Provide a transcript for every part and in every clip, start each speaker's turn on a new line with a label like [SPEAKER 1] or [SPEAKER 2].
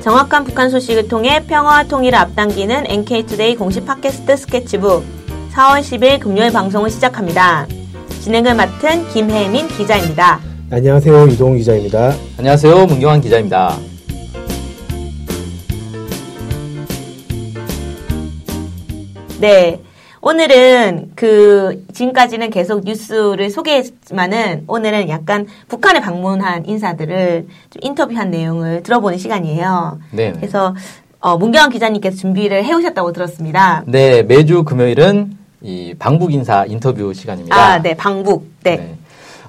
[SPEAKER 1] 정확한 북한 소식을 통해 평화와 통일을 앞당기는 NK투데이 공식 팟캐스트 스케치북 4월 10일 금요일 방송을 시작합니다. 진행을 맡은 김혜민 기자입니다.
[SPEAKER 2] 안녕하세요. 이동훈 기자입니다.
[SPEAKER 3] 안녕하세요. 문경환 기자입니다.
[SPEAKER 1] 네. 오늘은 그 지금까지는 계속 뉴스를 소개했지만은 오늘은 약간 북한에 방문한 인사들을 좀 인터뷰한 내용을 들어보는 시간이에요.
[SPEAKER 3] 네.
[SPEAKER 1] 그래서 어, 문경환 기자님께서 준비를 해오셨다고 들었습니다.
[SPEAKER 3] 네, 매주 금요일은 이 방북 인사 인터뷰 시간입니다.
[SPEAKER 1] 아, 네, 방북. 네.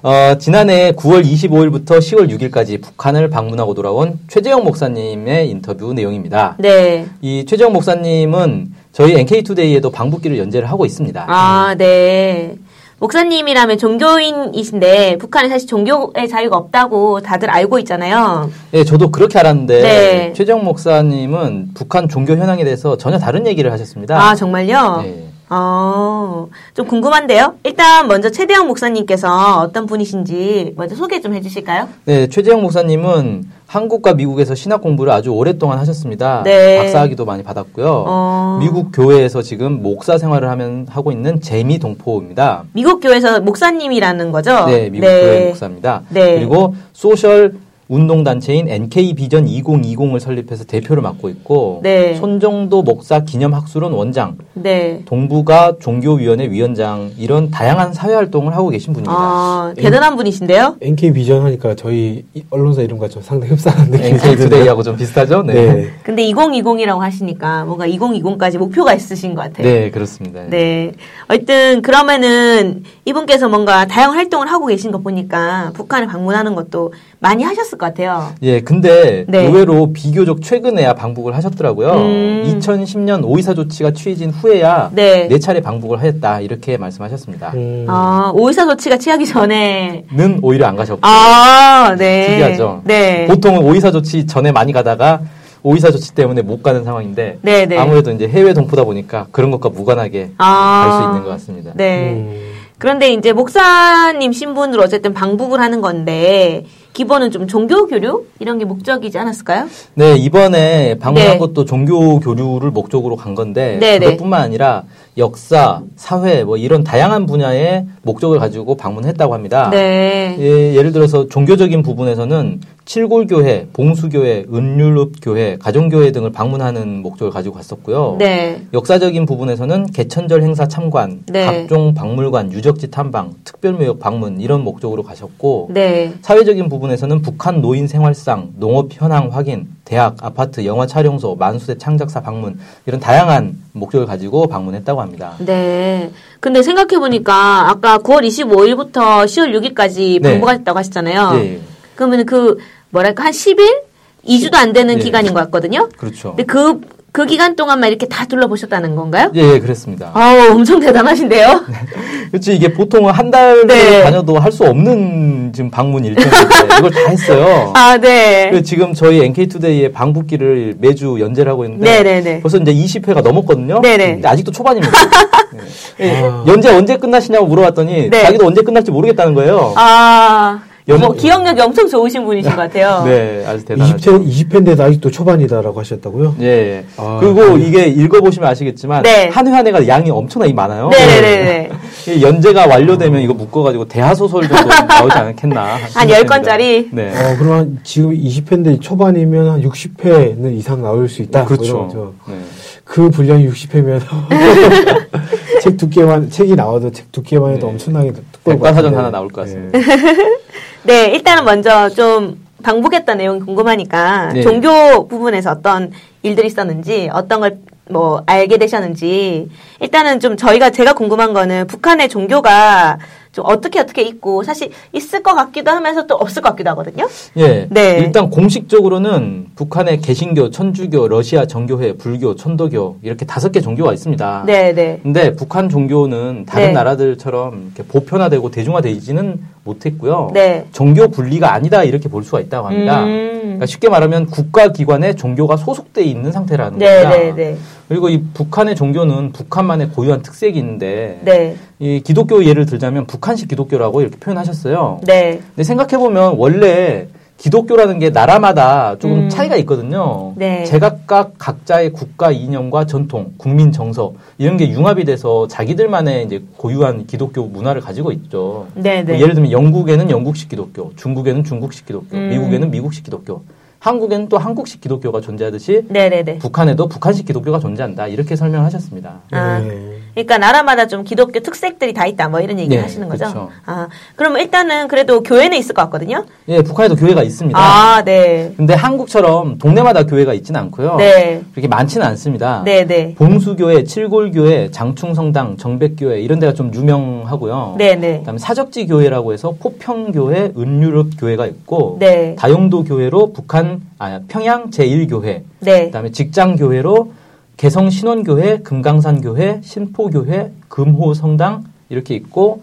[SPEAKER 3] 어, 지난해 9월 25일부터 10월 6일까지 북한을 방문하고 돌아온 최재형 목사님의 인터뷰 내용입니다.
[SPEAKER 1] 네.
[SPEAKER 3] 이 최재형 목사님은 저희 NK투데이에도 방북기를 연재를 하고 있습니다.
[SPEAKER 1] 아, 네. 목사님이라면 종교인이신데 북한에 사실 종교의 자유가 없다고 다들 알고 있잖아요.
[SPEAKER 3] 예, 저도 그렇게 알았는데
[SPEAKER 1] 네.
[SPEAKER 3] 최재형 목사님은 북한 종교 현황에 대해서 전혀 다른 얘기를 하셨습니다.
[SPEAKER 1] 아, 정말요?
[SPEAKER 3] 예.
[SPEAKER 1] 어, 좀 궁금한데요? 일단 먼저 최대형 목사님께서 어떤 분이신지 먼저 소개 좀 해주실까요?
[SPEAKER 3] 네, 최재형 목사님은 한국과 미국에서 신학 공부를 아주 오랫동안 하셨습니다.
[SPEAKER 1] 네.
[SPEAKER 3] 박사학위도 많이 받았고요.
[SPEAKER 1] 어.
[SPEAKER 3] 미국 교회에서 지금 목사 생활을 하면 하고 있는 제미 동포입니다.
[SPEAKER 1] 미국 교회에서 목사님이라는 거죠?
[SPEAKER 3] 네, 미국 교회 목사입니다.
[SPEAKER 1] 어. 네.
[SPEAKER 3] 그리고 소셜 운동 단체인 NK 비전 2020을 설립해서 대표를 맡고 있고
[SPEAKER 1] 네.
[SPEAKER 3] 손정도 목사 기념 학술원 원장,
[SPEAKER 1] 네.
[SPEAKER 3] 동북아 종교위원회 위원장 이런 다양한 사회 활동을 하고 계신 분입니다.
[SPEAKER 1] 아, 대단한 분이신데요?
[SPEAKER 2] NK 비전 하니까 저희 이- 언론사 이름과 좀 상당히 흡사한 느낌이
[SPEAKER 3] NK
[SPEAKER 2] 드는데요.
[SPEAKER 3] 투데이하고 좀 비슷하죠?
[SPEAKER 2] 네.
[SPEAKER 1] 근데 2020이라고 하시니까 뭔가 2020까지 목표가 있으신 것 같아요.
[SPEAKER 3] 네, 그렇습니다.
[SPEAKER 1] 네. 어쨌든 그러면은 이분께서 뭔가 다양한 활동을 하고 계신 거 보니까 북한에 방문하는 것도 많이 하셨을 것 같아요.
[SPEAKER 3] 예, 근데
[SPEAKER 1] 네.
[SPEAKER 3] 의외로 비교적 최근에야 방북을 하셨더라고요.
[SPEAKER 1] 음.
[SPEAKER 3] 2010년 오이사 조치가 취해진 후에야
[SPEAKER 1] 네.
[SPEAKER 3] 네. 차례 방북을 하였다 이렇게 말씀하셨습니다.
[SPEAKER 2] 음,
[SPEAKER 1] 아, 오이사 조치가 취하기 전에
[SPEAKER 3] 는 오히려 안 가셨고
[SPEAKER 1] 아, 네.
[SPEAKER 3] 특이하죠.
[SPEAKER 1] 네.
[SPEAKER 3] 보통은 오이사 조치 전에 많이 가다가 오이사 조치 때문에 못 가는 상황인데
[SPEAKER 1] 네, 네.
[SPEAKER 3] 아무래도 이제 해외 동포다 보니까 그런 것과 무관하게
[SPEAKER 1] 아.
[SPEAKER 3] 갈 수 있는 것 같습니다.
[SPEAKER 1] 네.
[SPEAKER 2] 음.
[SPEAKER 1] 그런데 이제 목사님 신분으로 어쨌든 방북을 하는 건데 기본은 좀 종교 교류 이런 게 목적이지 않았을까요?
[SPEAKER 3] 네, 이번에 방문한
[SPEAKER 1] 네.
[SPEAKER 3] 것도 종교 교류를 목적으로 간 건데
[SPEAKER 1] 네, 네.
[SPEAKER 3] 그것뿐만 아니라 역사, 사회 뭐 이런 다양한 분야의 목적을 가지고 방문했다고 합니다.
[SPEAKER 1] 네.
[SPEAKER 3] 아. 예, 예를 들어서 종교적인 부분에서는 칠골교회, 봉수교회, 은율읍교회, 가정교회 등을 방문하는 목적을 가지고 갔었고요.
[SPEAKER 1] 네.
[SPEAKER 3] 역사적인 부분에서는 개천절 행사 참관,
[SPEAKER 1] 네.
[SPEAKER 3] 각종 박물관, 유적지 탐방, 특별무역 방문 이런 목적으로 가셨고
[SPEAKER 1] 네.
[SPEAKER 3] 사회적인 부분에서는 북한 노인 생활상, 농업 현황 확인, 대학, 아파트, 영화 촬영소, 만수대 창작사 방문 이런 다양한 목적을 가지고 방문했다고 합니다.
[SPEAKER 1] 네. 근데 생각해보니까 아까 9월 25일부터 10월 6일까지
[SPEAKER 3] 네.
[SPEAKER 1] 방북하셨다고 하셨잖아요.
[SPEAKER 3] 예,
[SPEAKER 1] 그러면 그, 뭐랄까, 한 10일? 2주도 안 되는
[SPEAKER 3] 예.
[SPEAKER 1] 기간인 것 같거든요?
[SPEAKER 3] 그렇죠.
[SPEAKER 1] 근데 그, 그 기간 동안만 이렇게 다 둘러보셨다는 건가요?
[SPEAKER 3] 예, 예, 그랬습니다.
[SPEAKER 1] 아우, 엄청 대단하신데요?
[SPEAKER 3] 그렇지 이게 보통은 한 달
[SPEAKER 1] 네.
[SPEAKER 3] 다녀도 할 수 없는 지금 방문 일정인데 이걸 다 했어요.
[SPEAKER 1] 아, 네.
[SPEAKER 3] 그래서 지금 저희 NK투데이의 방북기를 매주 연재를 하고 있는데
[SPEAKER 1] 네네네.
[SPEAKER 3] 벌써 이제 20회가 넘었거든요.
[SPEAKER 1] 네네.
[SPEAKER 3] 근데 아직도 초반입니다. 네. 예, 연재 언제 끝나시냐고 물어봤더니
[SPEAKER 1] 네.
[SPEAKER 3] 자기도 언제 끝날지 모르겠다는 거예요.
[SPEAKER 1] 아,
[SPEAKER 3] 연-
[SPEAKER 1] 뭐 기억력이 엄청 좋으신 분이신 것 같아요.
[SPEAKER 2] 어.
[SPEAKER 3] 네, 아주 대단하죠.
[SPEAKER 2] 20편 20편대도 아직도 초반이다라고 하셨다고요?
[SPEAKER 3] 예. 예.
[SPEAKER 2] 아,
[SPEAKER 3] 그리고 이게 읽어보시면 아시겠지만
[SPEAKER 1] 네.
[SPEAKER 3] 한 회 한 회가 양이 엄청나게 많아요. 예.
[SPEAKER 1] 네네네.
[SPEAKER 3] 이 연재가 완료되면 이거 묶어가지고 대하소설 정도 나오지 않겠나.
[SPEAKER 1] 한 열 권짜리?
[SPEAKER 3] 네.
[SPEAKER 2] 어, 그럼 한 지금 20편대 초반이면 한 60회는 이상 나올 수 있다. 뭐 이런
[SPEAKER 3] 그렇죠.
[SPEAKER 2] 거죠.
[SPEAKER 3] 네.
[SPEAKER 2] 그 분량이 60회면 책 두께만 책이 나와도 책 두께만 해도
[SPEAKER 3] 네.
[SPEAKER 2] 엄청나게 두꺼울 것
[SPEAKER 3] 백과사전
[SPEAKER 2] 같은데.
[SPEAKER 3] 하나 나올 것 같습니다.
[SPEAKER 2] 예.
[SPEAKER 1] 네, 일단은 먼저 좀 방북했던 내용이 궁금하니까
[SPEAKER 3] 네.
[SPEAKER 1] 종교 부분에서 어떤 일들이 있었는지 어떤 걸 뭐 알게 되셨는지 일단은 좀 저희가 제가 궁금한 거는 북한의 종교가 좀 어떻게 어떻게 있고 사실 있을 것 같기도 하면서 또 없을 것 같기도 하거든요.
[SPEAKER 3] 예.
[SPEAKER 1] 네.
[SPEAKER 3] 일단 공식적으로는 북한의 개신교, 천주교, 러시아 정교회, 불교, 천도교 이렇게 다섯 개 종교가 있습니다.
[SPEAKER 1] 네, 네.
[SPEAKER 3] 근데 북한 종교는 다른
[SPEAKER 1] 네.
[SPEAKER 3] 나라들처럼 이렇게 보편화되고 대중화되지는 못했고요.
[SPEAKER 1] 네.
[SPEAKER 3] 종교 분리가 아니다 이렇게 볼 수가 있다고 합니다.
[SPEAKER 1] 음.
[SPEAKER 3] 그러니까 쉽게 말하면 국가 기관에 종교가 소속돼 있는 상태라는
[SPEAKER 1] 네,
[SPEAKER 3] 겁니다.
[SPEAKER 1] 네, 네.
[SPEAKER 3] 그리고 이 북한의 종교는 북한만의 고유한 특색이 있는데
[SPEAKER 1] 네.
[SPEAKER 3] 이 기독교 예를 들자면 북한식 기독교라고 이렇게 표현하셨어요.
[SPEAKER 1] 네.
[SPEAKER 3] 근데 생각해 보면 원래 기독교라는 게 나라마다 조금
[SPEAKER 1] 음.
[SPEAKER 3] 차이가 있거든요.
[SPEAKER 1] 네.
[SPEAKER 3] 제각각 각자의 국가 이념과 전통, 국민 정서 이런 게 융합이 돼서 자기들만의 이제 고유한 기독교 문화를 가지고 있죠.
[SPEAKER 1] 네,
[SPEAKER 3] 뭐
[SPEAKER 1] 네.
[SPEAKER 3] 예를 들면 영국에는 영국식 기독교, 중국에는 중국식 기독교,
[SPEAKER 1] 음.
[SPEAKER 3] 미국에는 미국식 기독교, 한국에는 또 한국식 기독교가 존재하듯이
[SPEAKER 1] 네, 네, 네.
[SPEAKER 3] 북한에도 북한식 기독교가 존재한다 이렇게 설명하셨습니다.
[SPEAKER 1] 아.
[SPEAKER 2] 네.
[SPEAKER 1] 그러니까 나라마다 좀 기독교 특색들이 다 있다 뭐 이런 얘기
[SPEAKER 3] 네,
[SPEAKER 1] 를 하시는 거죠.
[SPEAKER 3] 그쵸.
[SPEAKER 1] 아 그럼 일단은 그래도 교회는 있을 것 같거든요.
[SPEAKER 3] 예, 북한에도 교회가 있습니다.
[SPEAKER 1] 아 네,
[SPEAKER 3] 근데 한국처럼 동네마다 교회가 있지는 않고요.
[SPEAKER 1] 네,
[SPEAKER 3] 그렇게 많지는 않습니다.
[SPEAKER 1] 네, 네,
[SPEAKER 3] 봉수교회, 칠골교회, 장충성당, 정백교회 이런 데가 좀 유명하고요.
[SPEAKER 1] 네, 네,
[SPEAKER 3] 그다음에 사적지 교회라고 해서 포평교회, 은유럽 교회가 있고
[SPEAKER 1] 네,
[SPEAKER 3] 다용도 교회로 북한 아 평양 제1교회,
[SPEAKER 1] 네,
[SPEAKER 3] 그다음에 직장 교회로 개성 신원교회, 금강산 교회, 신포교회, 금호성당 이렇게 있고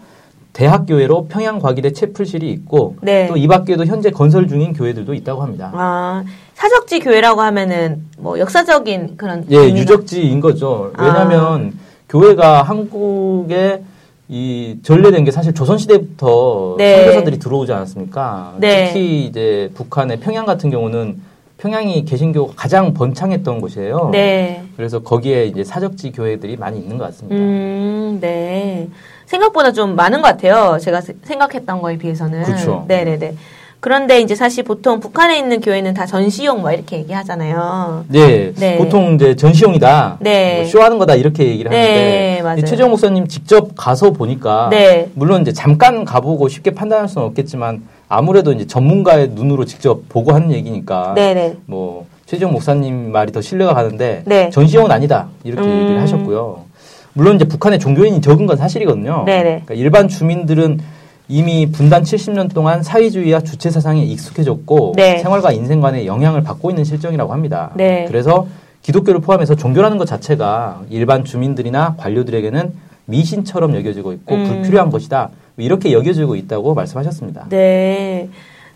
[SPEAKER 3] 대학 교회로 평양 과기대 채플실이 있고
[SPEAKER 1] 네.
[SPEAKER 3] 또 이 밖에도 현재 건설 중인 교회들도 있다고 합니다.
[SPEAKER 1] 아 사적지 교회라고 하면은 뭐 역사적인 그런
[SPEAKER 3] 예,
[SPEAKER 1] 의미가-
[SPEAKER 3] 유적지인 거죠.
[SPEAKER 1] 아.
[SPEAKER 3] 왜냐하면 교회가 한국에 이 전래된 게 사실 조선 시대부터
[SPEAKER 1] 네.
[SPEAKER 3] 선교사들이 들어오지 않았습니까?
[SPEAKER 1] 네.
[SPEAKER 3] 특히 이제 북한의 평양 같은 경우는 평양이 개신교가 가장 번창했던 곳이에요.
[SPEAKER 1] 네,
[SPEAKER 3] 그래서 거기에 이제 사적지 교회들이 많이 있는 것 같습니다.
[SPEAKER 1] 음, 네. 생각보다 좀 많은 것 같아요. 제가 세- 생각했던 거에 비해서는.
[SPEAKER 3] 그쵸.
[SPEAKER 1] 네, 네, 네. 그런데 이제 사실 보통 북한에 있는 교회는 다 전시용 뭐 이렇게 얘기하잖아요.
[SPEAKER 3] 네,
[SPEAKER 1] 네.
[SPEAKER 3] 보통 이제 전시용이다,
[SPEAKER 1] 네.
[SPEAKER 3] 뭐 쇼하는 거다 이렇게 얘기를
[SPEAKER 1] 네,
[SPEAKER 3] 하는데
[SPEAKER 1] 맞아요.
[SPEAKER 3] 이 최재형 목사님 직접 가서 보니까
[SPEAKER 1] 네.
[SPEAKER 3] 물론 이제 잠깐 가보고 쉽게 판단할 수는 없겠지만 아무래도 이제 전문가의 눈으로 직접 보고 하는 얘기니까
[SPEAKER 1] 네, 네.
[SPEAKER 3] 뭐 최재형 목사님 말이 더 신뢰가 가는데
[SPEAKER 1] 네.
[SPEAKER 3] 전시용은 아니다 이렇게
[SPEAKER 1] 음.
[SPEAKER 3] 얘기를 하셨고요. 물론 이제 북한의 종교인이 적은 건 사실이거든요.
[SPEAKER 1] 네네.
[SPEAKER 3] 그러니까 일반 주민들은 이미 분단 70년 동안 사회주의와 주체 사상에 익숙해졌고
[SPEAKER 1] 네.
[SPEAKER 3] 생활과 인생 관에 영향을 받고 있는 실정이라고 합니다.
[SPEAKER 1] 네.
[SPEAKER 3] 그래서 기독교를 포함해서 종교라는 것 자체가 일반 주민들이나 관료들에게는 미신처럼 여겨지고 있고
[SPEAKER 1] 음.
[SPEAKER 3] 불필요한 것이다 이렇게 여겨지고 있다고 말씀하셨습니다.
[SPEAKER 1] 네.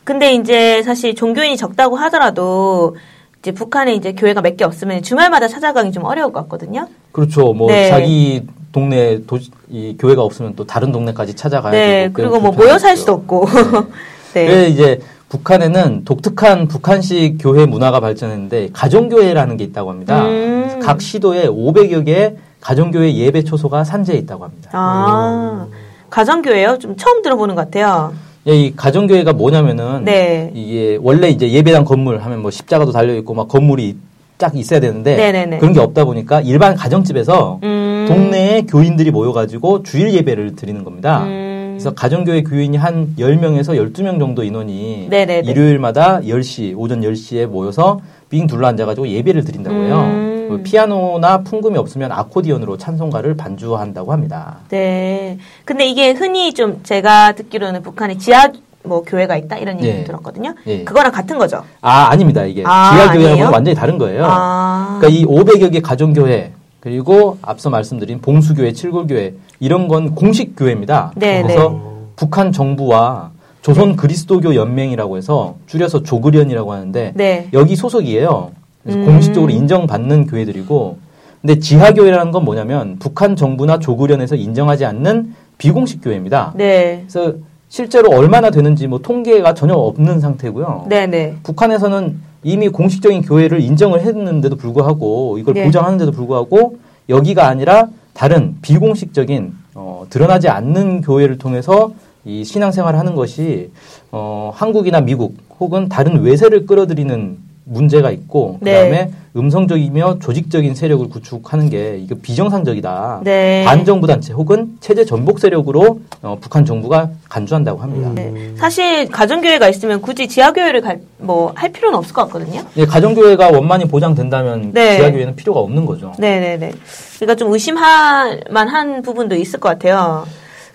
[SPEAKER 1] 근데 이제 사실 종교인이 적다고 하더라도 이제 북한에 이제 교회가 몇 개 없으면 주말마다 찾아가기 좀 어려울 것 같거든요.
[SPEAKER 3] 그렇죠. 뭐
[SPEAKER 1] 네.
[SPEAKER 3] 자기 동네 도시, 이 교회가 없으면 또 다른 동네까지 찾아가야
[SPEAKER 1] 네.
[SPEAKER 3] 되고
[SPEAKER 1] 그리고
[SPEAKER 3] 매우
[SPEAKER 1] 뭐
[SPEAKER 3] 불편하죠.
[SPEAKER 1] 모여 살 수도 없고. 네.
[SPEAKER 3] 왜 이제 북한에는 독특한 북한식 교회 문화가 발전했는데 가정교회라는 게 있다고 합니다.
[SPEAKER 1] 음.
[SPEAKER 3] 각 시도에 500여 개의 가정교회 예배 초소가 산재해 있다고 합니다.
[SPEAKER 1] 아. 가정교회요? 좀 처음 들어보는 것 같아요.
[SPEAKER 3] 예, 이 가정교회가 뭐냐면은
[SPEAKER 1] 네.
[SPEAKER 3] 이게 원래 이제 예배당 건물 하면 뭐 십자가도 달려 있고 막 건물이 딱 있어야 되는데
[SPEAKER 1] 네네네.
[SPEAKER 3] 그런 게 없다 보니까 일반 가정집에서
[SPEAKER 1] 음.
[SPEAKER 3] 동네에 교인들이 모여가지고 주일 예배를 드리는 겁니다.
[SPEAKER 1] 음.
[SPEAKER 3] 그래서 가정교회 교인이 한 10명에서 12명 정도 인원이
[SPEAKER 1] 네네네.
[SPEAKER 3] 일요일마다 10시, 오전 10시에 모여서 빙 둘러 앉아가지고 예배를 드린다고 해요.
[SPEAKER 1] 음.
[SPEAKER 3] 그 피아노나 풍금이 없으면 아코디언으로 찬송가를 반주한다고 합니다.
[SPEAKER 1] 네. 근데 이게 흔히 좀 제가 듣기로는 북한에 지하 뭐 교회가 있다 이런 얘기
[SPEAKER 3] 예.
[SPEAKER 1] 를 들었거든요.
[SPEAKER 3] 예.
[SPEAKER 1] 그거랑 같은 거죠.
[SPEAKER 3] 아, 아닙니다. 이게
[SPEAKER 1] 아, 아니에요?
[SPEAKER 3] 지하교회하고는 완전히 다른 거예요.
[SPEAKER 1] 아.
[SPEAKER 3] 그러니까 이 500여 개 가정교회 그리고 앞서 말씀드린 봉수교회, 칠골교회 이런 건 공식 교회입니다.
[SPEAKER 1] 네,
[SPEAKER 3] 그래서
[SPEAKER 1] 네.
[SPEAKER 3] 북한 정부와 조선 그리스도교 연맹이라고 해서 줄여서 조그련이라고 하는데
[SPEAKER 1] 네.
[SPEAKER 3] 여기 소속이에요. 그래서
[SPEAKER 1] 음.
[SPEAKER 3] 공식적으로 인정받는 교회들이고 근데 지하교회라는 건 뭐냐면 북한 정부나 조그련에서 인정하지 않는 비공식 교회입니다.
[SPEAKER 1] 네.
[SPEAKER 3] 그래서 실제로 얼마나 되는지 뭐 통계가 전혀 없는 상태고요.
[SPEAKER 1] 네, 네.
[SPEAKER 3] 북한에서는 이미 공식적인 교회를 인정을 했는데도 불구하고 이걸
[SPEAKER 1] 네.
[SPEAKER 3] 보장하는데도 불구하고 여기가 아니라 다른 비공식적인 어, 드러나지 않는 교회를 통해서 이 신앙생활을 하는 것이 어, 한국이나 미국 혹은 다른 외세를 끌어들이는 문제가 있고
[SPEAKER 1] 네.
[SPEAKER 3] 그다음에 음성적이며 조직적인 세력을 구축하는 게 이거 비정상적이다.
[SPEAKER 1] 네.
[SPEAKER 3] 아. 반정부 단체 혹은 체제 전복 세력으로 어, 북한 정부가 간주한다고 합니다.
[SPEAKER 1] 네. 사실 가정교회가 있으면 굳이 지하교회를 갈, 뭐, 할 필요는 없을 것 같거든요.
[SPEAKER 3] 예, 가정교회가 원만히 보장된다면
[SPEAKER 1] 네.
[SPEAKER 3] 지하교회는 필요가 없는 거죠.
[SPEAKER 1] 네네네. 그러니까 좀 의심할 만한 부분도 있을 것 같아요.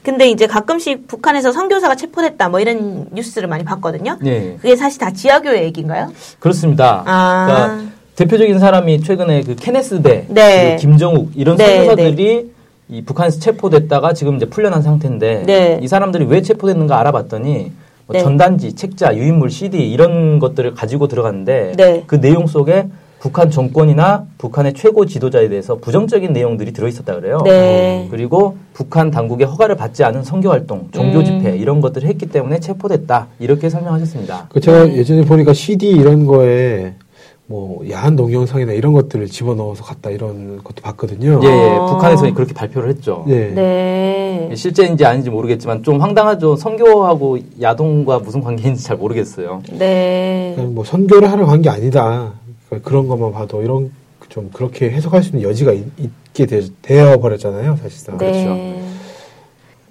[SPEAKER 1] 근데 이제 가끔씩 북한에서 선교사가 체포됐다 뭐 이런 뉴스를 많이 봤거든요.
[SPEAKER 3] 네,
[SPEAKER 1] 그게 사실 다 지하교회 얘기인가요?
[SPEAKER 3] 그렇습니다.
[SPEAKER 1] 아.
[SPEAKER 3] 그러니까 대표적인 사람이 최근에 그 케네스 대,
[SPEAKER 1] 네.
[SPEAKER 3] 그리고 김정욱 이런
[SPEAKER 1] 네,
[SPEAKER 3] 선교사들이 이 북한에서 체포됐다가 지금 이제 풀려난 상태인데
[SPEAKER 1] 네.
[SPEAKER 3] 이 사람들이 왜 체포됐는가 알아봤더니 뭐
[SPEAKER 1] 네.
[SPEAKER 3] 전단지, 책자, 유인물, CD 이런 것들을 가지고 들어갔는데
[SPEAKER 1] 네.
[SPEAKER 3] 그 내용 속에 북한 정권이나 북한의 최고 지도자에 대해서 부정적인 내용들이 들어있었다 그래요.
[SPEAKER 1] 네.
[SPEAKER 3] 그리고 북한 당국의 허가를 받지 않은 선교 활동, 종교
[SPEAKER 1] 음.
[SPEAKER 3] 집회 이런 것들을 했기 때문에 체포됐다 이렇게 설명하셨습니다.
[SPEAKER 1] 아.
[SPEAKER 2] 그 제가 예전에 보니까 CD 이런 거에 뭐 야한 동영상이나 이런 것들을 집어넣어서 갔다 이런 것도 봤거든요.
[SPEAKER 1] 어.
[SPEAKER 3] 예, 예, 북한에서 그렇게 발표를 했죠.
[SPEAKER 2] 예.
[SPEAKER 3] 예,
[SPEAKER 1] 네.
[SPEAKER 3] 실제인지 아닌지 모르겠지만 좀 황당하죠. 선교하고 야동과 무슨 관계인지 잘 모르겠어요.
[SPEAKER 1] 네.
[SPEAKER 2] 그냥 뭐 선교를 하러 간 게 아니다. 그러니까 그런 것만 봐도 이런 좀 그렇게 해석할 수 있는 여지가 있, 게 되어 버렸잖아요, 사실상.
[SPEAKER 3] 그렇죠.
[SPEAKER 1] 네.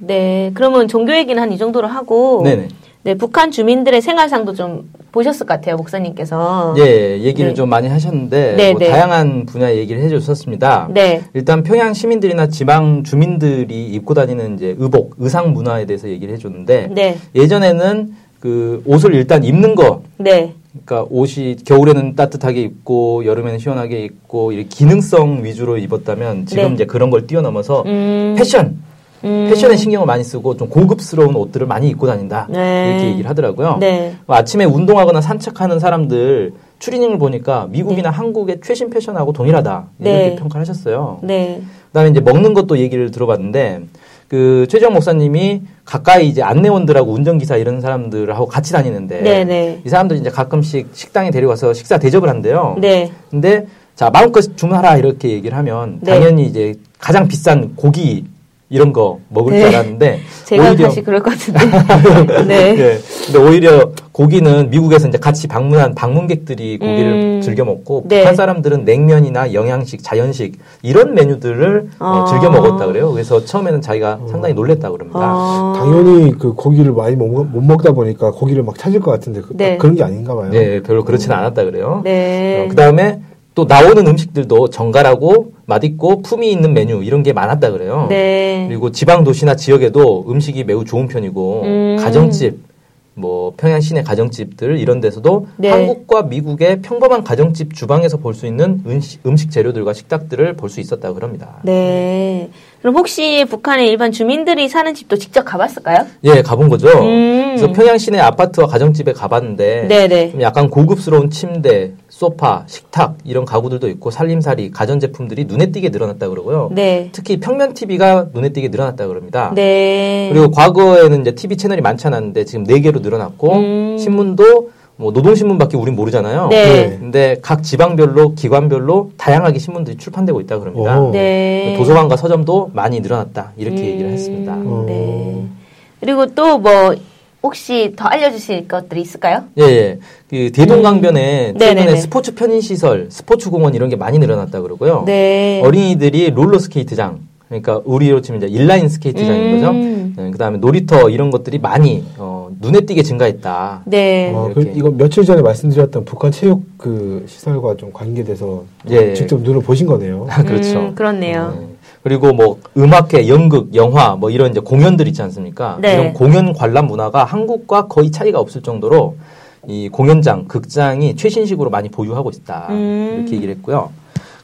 [SPEAKER 1] 네. 그러면 종교 얘기는 한 이 정도로 하고
[SPEAKER 3] 네네.
[SPEAKER 1] 네, 북한 주민들의 생활상도 좀 보셨을 것 같아요, 목사님께서.
[SPEAKER 3] 예, 얘기를
[SPEAKER 1] 네.
[SPEAKER 3] 좀 많이 하셨는데
[SPEAKER 1] 네,
[SPEAKER 3] 뭐
[SPEAKER 1] 네.
[SPEAKER 3] 다양한 분야 얘기를 해주셨습니다.
[SPEAKER 1] 네.
[SPEAKER 3] 일단 평양 시민들이나 지방 주민들이 입고 다니는 이제 의복, 의상 문화에 대해서 얘기를 해줬는데
[SPEAKER 1] 네.
[SPEAKER 3] 예전에는 그 옷을 일단 입는 거,
[SPEAKER 1] 네.
[SPEAKER 3] 그러니까 옷이 겨울에는 따뜻하게 입고 여름에는 시원하게 입고 이렇게 기능성 위주로 입었다면 지금
[SPEAKER 1] 네.
[SPEAKER 3] 이제 그런 걸 뛰어넘어서
[SPEAKER 1] 음.
[SPEAKER 3] 패션,
[SPEAKER 1] 음.
[SPEAKER 3] 패션에 신경을 많이 쓰고 좀 고급스러운 옷들을 많이 입고 다닌다
[SPEAKER 1] 네.
[SPEAKER 3] 이렇게 얘기를 하더라고요.
[SPEAKER 1] 네.
[SPEAKER 3] 뭐 아침에 운동하거나 산책하는 사람들 추리닝을 보니까 미국이나 한국의 최신 패션하고 동일하다 이렇게
[SPEAKER 1] 네.
[SPEAKER 3] 평가를 하셨어요.
[SPEAKER 1] 네.
[SPEAKER 3] 그다음에 이제 먹는 것도 얘기를 들어봤는데 그 최정 목사님이 가까이 이제 안내원들하고 운전기사 이런 사람들하고 같이 다니는데
[SPEAKER 1] 네, 네.
[SPEAKER 3] 이 사람들이 이제 가끔씩 식당에 데려가서 식사 대접을 한대요.
[SPEAKER 1] 네.
[SPEAKER 3] 근데 자 마음껏 주문하라 이렇게 얘기를 하면
[SPEAKER 1] 네.
[SPEAKER 3] 당연히 이제 가장 비싼 고기 이런 거 먹을
[SPEAKER 1] 네.
[SPEAKER 3] 줄 알았는데
[SPEAKER 1] 제가
[SPEAKER 3] 오히려
[SPEAKER 1] 다시 그럴 것 같은데. 네.
[SPEAKER 3] 예. 근데 오히려 고기는 미국에서 이제 같이 방문한 방문객들이 고기를
[SPEAKER 1] 음.
[SPEAKER 3] 즐겨 먹고
[SPEAKER 1] 네.
[SPEAKER 3] 북한 사람들은 냉면이나 영양식, 자연식 이런 메뉴들을 어,
[SPEAKER 1] 아.
[SPEAKER 3] 즐겨 먹었다 그래요. 그래서 처음에는 자기가 상당히 놀랬다 그럽니다.
[SPEAKER 1] 어.
[SPEAKER 2] 당연히 그 고기를 많이 못, 먹- 못 먹다 보니까 고기를 막 찾을 것 같은데 그,
[SPEAKER 1] 네.
[SPEAKER 2] 런게 아닌가 봐요.
[SPEAKER 3] 예, 별로 그렇지는 않았다 그래요.
[SPEAKER 1] 네.
[SPEAKER 3] 그 다음에 또 나오는 음식들도 정갈하고 맛있고 품이 있는 메뉴 이런 게 많았다 그래요.
[SPEAKER 1] 네.
[SPEAKER 3] 뭐. 그리고 지방 도시나 지역에도 음식이 매우 좋은 편이고
[SPEAKER 1] 음.
[SPEAKER 3] 가정집 뭐 평양 시내 가정집들 이런 데서도
[SPEAKER 1] 네.
[SPEAKER 3] 한국과 미국의 평범한 가정집 주방에서 볼 수 있는 음식, 음식 재료들과 식탁들을 볼 수 있었다고 그럽니다.
[SPEAKER 1] 네. 그럼 혹시 북한의 일반 주민들이 사는 집도 직접 가봤을까요?
[SPEAKER 3] 예, 가본 거죠.
[SPEAKER 1] 음.
[SPEAKER 3] 그래서 평양 시내 아파트와 가정집에 가봤는데
[SPEAKER 1] 네네.
[SPEAKER 3] 좀 약간 고급스러운 침대, 소파, 식탁 이런 가구들도 있고 살림살이, 가전제품들이 눈에 띄게 늘어났다 그러고요. 뭐.
[SPEAKER 1] 네.
[SPEAKER 3] 특히 평면 TV가 눈에 띄게 늘어났다 그럽니다.
[SPEAKER 1] 네.
[SPEAKER 3] 그리고 과거에는 이제 TV 채널이 많지 않았는데 지금 네개로 늘어났고
[SPEAKER 1] 음.
[SPEAKER 3] 신문도 뭐 노동신문밖에 우린 모르잖아요.
[SPEAKER 1] 네.
[SPEAKER 2] 네.
[SPEAKER 3] 근데 각 지방별로 기관별로 다양하게 신문들이 출판되고 있다 그럽니다.
[SPEAKER 2] 오.
[SPEAKER 1] 네.
[SPEAKER 3] 뭐. 도서관과 서점도 많이 늘어났다 이렇게 얘기를
[SPEAKER 1] 음,
[SPEAKER 3] 했습니다. 어.
[SPEAKER 1] 네. 그리고 또 뭐 혹시 더 알려주실 것들이 있을까요?
[SPEAKER 3] 예, 예. 그 대동강변에
[SPEAKER 1] 음.
[SPEAKER 3] 최근에
[SPEAKER 1] 네네네.
[SPEAKER 3] 스포츠 편의 시설, 스포츠 공원 이런 게 많이 늘어났다 그러고요.
[SPEAKER 1] 네.
[SPEAKER 3] 어린이들이 롤러 스케이트장, 그러니까 우리로 치면 이제 인라인 스케이트장인
[SPEAKER 1] 음.
[SPEAKER 3] 거죠. 네, 그다음에 놀이터 이런 것들이 많이 어, 눈에 띄게 증가했다.
[SPEAKER 1] 네.
[SPEAKER 2] 어,
[SPEAKER 3] 이렇게.
[SPEAKER 2] 그, 이거 며칠 전에 말씀드렸던 북한 체육 그 시설과 좀 관계돼서
[SPEAKER 3] 예.
[SPEAKER 2] 직접 눈을 보신 거네요.
[SPEAKER 3] 그렇죠.
[SPEAKER 1] 음, 그렇네요.
[SPEAKER 3] 네. 그리고 뭐 음악회, 연극, 영화 뭐 이런 이제 공연들 있지 않습니까?
[SPEAKER 1] 네.
[SPEAKER 3] 이런 공연 관람 문화가 한국과 거의 차이가 없을 정도로 이 공연장, 극장이 최신식으로 많이 보유하고 있다
[SPEAKER 1] 음.
[SPEAKER 3] 이렇게 얘기를 했고요.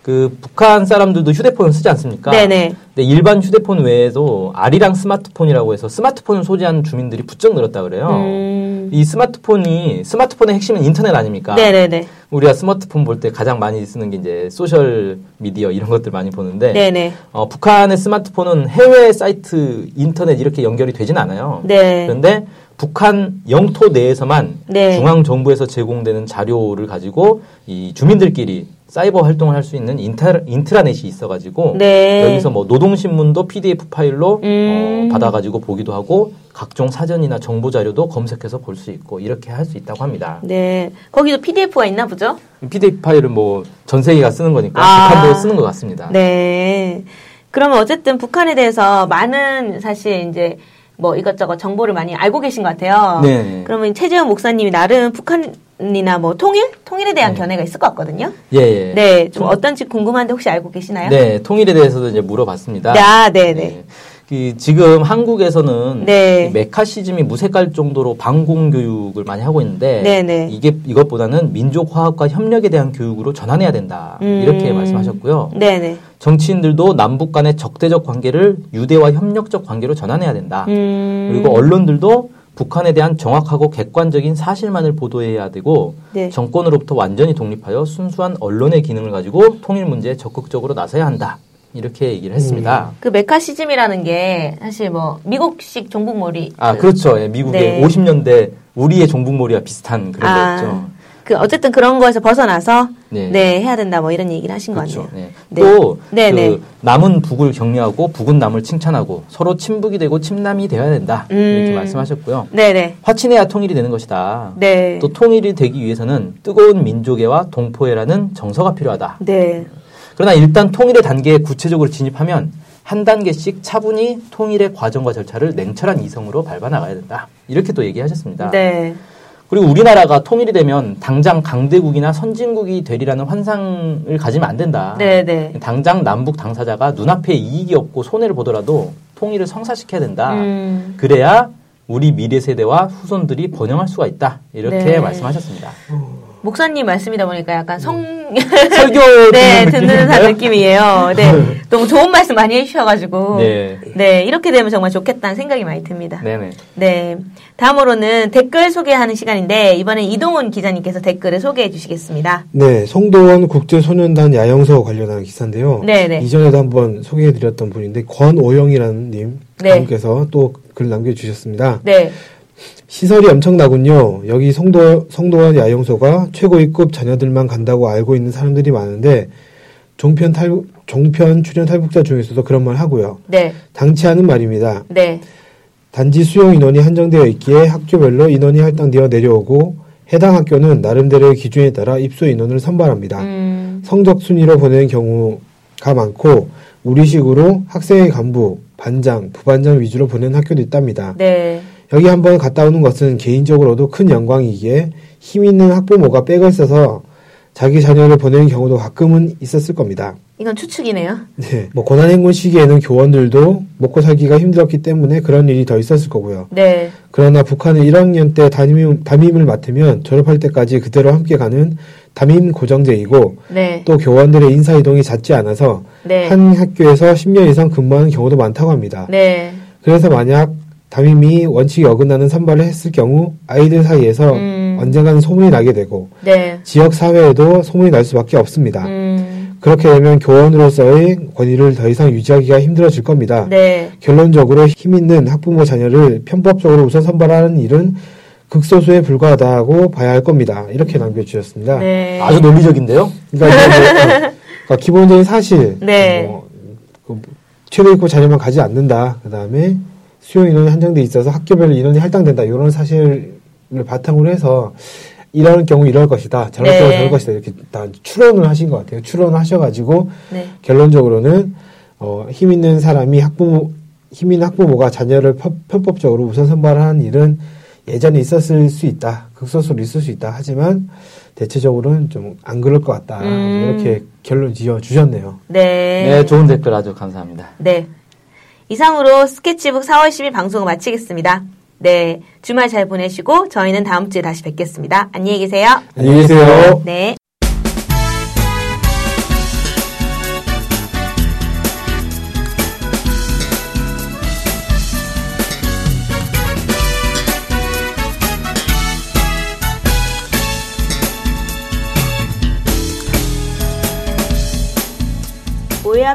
[SPEAKER 3] 그 북한 사람들도 휴대폰을 쓰지 않습니까?
[SPEAKER 1] 네네.
[SPEAKER 3] 근데 일반 휴대폰 외에도 아리랑 스마트폰이라고 해서 스마트폰을 소지한 주민들이 부쩍 늘었다 그래요.
[SPEAKER 1] 음.
[SPEAKER 3] 이 스마트폰이 스마트폰의 핵심은 인터넷 아닙니까?
[SPEAKER 1] 네네네.
[SPEAKER 3] 우리가 스마트폰 볼 때 가장 많이 쓰는 게 이제 소셜 미디어 이런 것들 많이 보는데
[SPEAKER 1] 네네.
[SPEAKER 3] 어, 북한의 스마트폰은 해외 사이트, 인터넷 이렇게 연결이 되진 않아요.
[SPEAKER 1] 네.
[SPEAKER 3] 그런데 북한 영토 내에서만
[SPEAKER 1] 네.
[SPEAKER 3] 중앙 정부에서 제공되는 자료를 가지고 이 주민들끼리 사이버 활동을 할 수 있는 인터, 인트라넷이 있어가지고
[SPEAKER 1] 네.
[SPEAKER 3] 여기서 뭐 노동신문도 PDF 파일로
[SPEAKER 1] 음.
[SPEAKER 3] 어, 받아가지고 보기도 하고 각종 사전이나 정보 자료도 검색해서 볼 수 있고 이렇게 할 수 있다고 합니다.
[SPEAKER 1] 네. 거기도 PDF가 있나 보죠?
[SPEAKER 3] PDF 파일은 뭐 전 세계가 쓰는 거니까
[SPEAKER 1] 아.
[SPEAKER 3] 북한도 쓰는 것 같습니다.
[SPEAKER 1] 네. 그러면 어쨌든 북한에 대해서 많은 사실 이제 뭐 이것저것 정보를 많이 알고 계신 것 같아요.
[SPEAKER 3] 네.
[SPEAKER 1] 그러면 최재현 목사님이 나름 북한이나 뭐 통일? 통일에 대한
[SPEAKER 3] 네.
[SPEAKER 1] 견해가 있을 것 같거든요.
[SPEAKER 3] 예, 예.
[SPEAKER 1] 네. 좀 어떤지 궁금한데 혹시 알고 계시나요?
[SPEAKER 3] 네, 통일에 대해서도 이제 물어봤습니다.
[SPEAKER 1] 아, 네네.
[SPEAKER 3] 그 지금 한국에서는
[SPEAKER 1] 네.
[SPEAKER 3] 이 메카시즘이 무색할 정도로 방공 교육을 많이 하고 있는데
[SPEAKER 1] 네네.
[SPEAKER 3] 이게 이것보다는 민족 화합과 협력에 대한 교육으로 전환해야 된다
[SPEAKER 1] 음.
[SPEAKER 3] 이렇게 말씀하셨고요.
[SPEAKER 1] 네네.
[SPEAKER 3] 정치인들도 남북 간의 적대적 관계를 유대와 협력적 관계로 전환해야 된다.
[SPEAKER 1] 음.
[SPEAKER 3] 그리고 언론들도 북한에 대한 정확하고 객관적인 사실만을 보도해야 되고
[SPEAKER 1] 네.
[SPEAKER 3] 정권으로부터 완전히 독립하여 순수한 언론의 기능을 가지고 통일 문제에 적극적으로 나서야 한다. 이렇게 얘기를 했습니다.
[SPEAKER 1] 그 메카시즘이라는 게 사실 뭐 미국식 종북몰이
[SPEAKER 3] 아, 그렇죠. 예, 미국의
[SPEAKER 1] 네.
[SPEAKER 3] 50년대 우리의 종북몰이와 비슷한 그런
[SPEAKER 1] 아,
[SPEAKER 3] 거였죠.
[SPEAKER 1] 그 어쨌든 그런 거에서 벗어나서
[SPEAKER 3] 네.
[SPEAKER 1] 네, 해야 된다 뭐 이런 얘기를 하신 거
[SPEAKER 3] 그렇죠.
[SPEAKER 1] 같네요.
[SPEAKER 3] 네.
[SPEAKER 1] 네.
[SPEAKER 3] 또
[SPEAKER 1] 네,
[SPEAKER 3] 그
[SPEAKER 1] 네.
[SPEAKER 3] 남은 북을 격려하고 북은 남을 칭찬하고 서로 친북이 되고 친남이 되어야 된다. 이렇게
[SPEAKER 1] 음.
[SPEAKER 3] 말씀하셨고요.
[SPEAKER 1] 네네.
[SPEAKER 3] 화친해야 통일이 되는 것이다.
[SPEAKER 1] 네.
[SPEAKER 3] 또 통일이 되기 위해서는 뜨거운 민족애와 동포애라는 정서가 필요하다.
[SPEAKER 1] 네.
[SPEAKER 3] 그러나 일단 통일의 단계에 구체적으로 진입하면 한 단계씩 차분히 통일의 과정과 절차를 냉철한 이성으로 밟아 나가야 된다. 이렇게 또 얘기하셨습니다.
[SPEAKER 1] 네.
[SPEAKER 3] 그리고 우리나라가 통일이 되면 당장 강대국이나 선진국이 되리라는 환상을 가지면 안 된다.
[SPEAKER 1] 네. 네.
[SPEAKER 3] 당장 남북 당사자가 눈앞에 이익이 없고 손해를 보더라도 통일을 성사시켜야 된다.
[SPEAKER 1] 음.
[SPEAKER 3] 그래야 우리 미래 세대와 후손들이 번영할 수가 있다. 이렇게
[SPEAKER 1] 네.
[SPEAKER 3] 말씀하셨습니다.
[SPEAKER 1] 목사님 말씀이다 보니까 약간 성
[SPEAKER 3] 음. 설교
[SPEAKER 1] 네,
[SPEAKER 3] 듣는
[SPEAKER 1] 듣는 사
[SPEAKER 3] 느낌인가요?
[SPEAKER 1] 느낌이에요. 네. 너무 좋은 말씀 많이 해주셔가지고.
[SPEAKER 3] 네.
[SPEAKER 1] 네, 이렇게 되면 정말 좋겠다는 생각이 많이 듭니다.
[SPEAKER 3] 네네.
[SPEAKER 1] 네. 다음으로는 댓글 소개하는 시간인데, 이번엔 이동훈 기자님께서 댓글을 소개해 주시겠습니다.
[SPEAKER 2] 네, 송도원 국제소년단 야영서 관련한 기사인데요.
[SPEAKER 1] 네, 네.
[SPEAKER 2] 이전에도 한번 소개해드렸던 분인데 권오영이라는 님
[SPEAKER 1] 네.
[SPEAKER 2] 분께서 또 글 남겨주셨습니다.
[SPEAKER 1] 네.
[SPEAKER 2] 시설이 엄청나군요. 여기 송도 송도원 야영소가 최고위급 자녀들만 간다고 알고 있는 사람들이 많은데 종편 탈 종편 출연 탈북자 중에서도 그런 말 하고요.
[SPEAKER 1] 네.
[SPEAKER 2] 당치하는 말입니다.
[SPEAKER 1] 네.
[SPEAKER 2] 단지 수용 인원이 한정되어 있기에 학교별로 인원이 할당되어 내려오고 해당 학교는 나름대로의 기준에 따라 입소 인원을 선발합니다.
[SPEAKER 1] 음,
[SPEAKER 2] 성적 순위로 보내는 경우가 많고 우리식으로 학생의 간부, 반장, 부반장 위주로 보내는 학교도 있답니다.
[SPEAKER 1] 네.
[SPEAKER 2] 여기 한번 갔다 오는 것은 개인적으로도 큰 영광이기에 힘 있는 학부모가 백을 써서 자기 자녀를 보내는 경우도 가끔은 있었을 겁니다.
[SPEAKER 1] 이건 추측이네요.
[SPEAKER 2] 네. 뭐 고난행군 시기에는 교원들도 먹고 살기가 힘들었기 때문에 그런 일이 더 있었을 거고요.
[SPEAKER 1] 네.
[SPEAKER 2] 그러나 북한은 1학년 때 담임, 담임을 맡으면 졸업할 때까지 그대로 함께 가는 담임 고정제이고
[SPEAKER 1] 네.
[SPEAKER 2] 또 교원들의 인사이동이 잦지 않아서
[SPEAKER 1] 네.
[SPEAKER 2] 한 학교에서 10년 이상 근무하는 경우도 많다고 합니다.
[SPEAKER 1] 네.
[SPEAKER 2] 그래서 만약 담임이 원칙에 어긋나는 선발을 했을 경우 아이들 사이에서
[SPEAKER 1] 음.
[SPEAKER 2] 언젠가는 소문이 나게 되고
[SPEAKER 1] 네.
[SPEAKER 2] 지역 사회에도 소문이 날 수밖에 없습니다.
[SPEAKER 1] 음,
[SPEAKER 2] 그렇게 되면 교원으로서의 권위를 더 이상 유지하기가 힘들어질 겁니다.
[SPEAKER 1] 네.
[SPEAKER 2] 결론적으로 힘 있는 학부모 자녀를 편법적으로 우선 선발하는 일은 극소수에 불과하다고 봐야 할 겁니다. 이렇게 남겨주셨습니다.
[SPEAKER 1] 네.
[SPEAKER 3] 아주 논리적인데요.
[SPEAKER 2] 그러니까, 이제 뭐, 어, 그러니까 기본적인 사실,
[SPEAKER 1] 네.
[SPEAKER 2] 뭐, 그 최대입고 자녀만 가지 않는다. 그 다음에 수용 인원이 한정돼 있어서 학교별 인원이 할당된다. 이런 사실을 바탕으로 해서 이런 경우 이럴 것이다. 저럴
[SPEAKER 1] 네.
[SPEAKER 2] 경우 저럴 것이다. 이렇게 다 추론을 하신 것 같아요. 추론을 하셔가지고
[SPEAKER 1] 네.
[SPEAKER 2] 결론적으로는 어, 힘 있는 사람이 학부모 힘 있는 학부모가 자녀를 편- 편법적으로 우선 선발하는 일은 예전에 있었을 수 있다. 극소수로 있을 수 있다. 하지만 대체적으로는 좀 안 그럴 것 같다.
[SPEAKER 1] 음.
[SPEAKER 2] 이렇게 결론 지어 주셨네요.
[SPEAKER 1] 네.
[SPEAKER 3] 네, 좋은 댓글 아주 감사합니다.
[SPEAKER 1] 네. 이상으로 스케치북 4월 10일 방송을 마치겠습니다. 네. 주말 잘 보내시고 저희는 다음 주에 다시 뵙겠습니다. 안녕히 계세요.
[SPEAKER 2] 안녕히 계세요.
[SPEAKER 1] 네. 오해와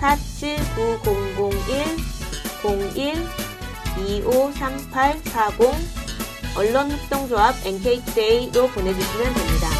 [SPEAKER 1] 479001-01-253840 언론협동조합 NK투데이로 보내주시면 됩니다.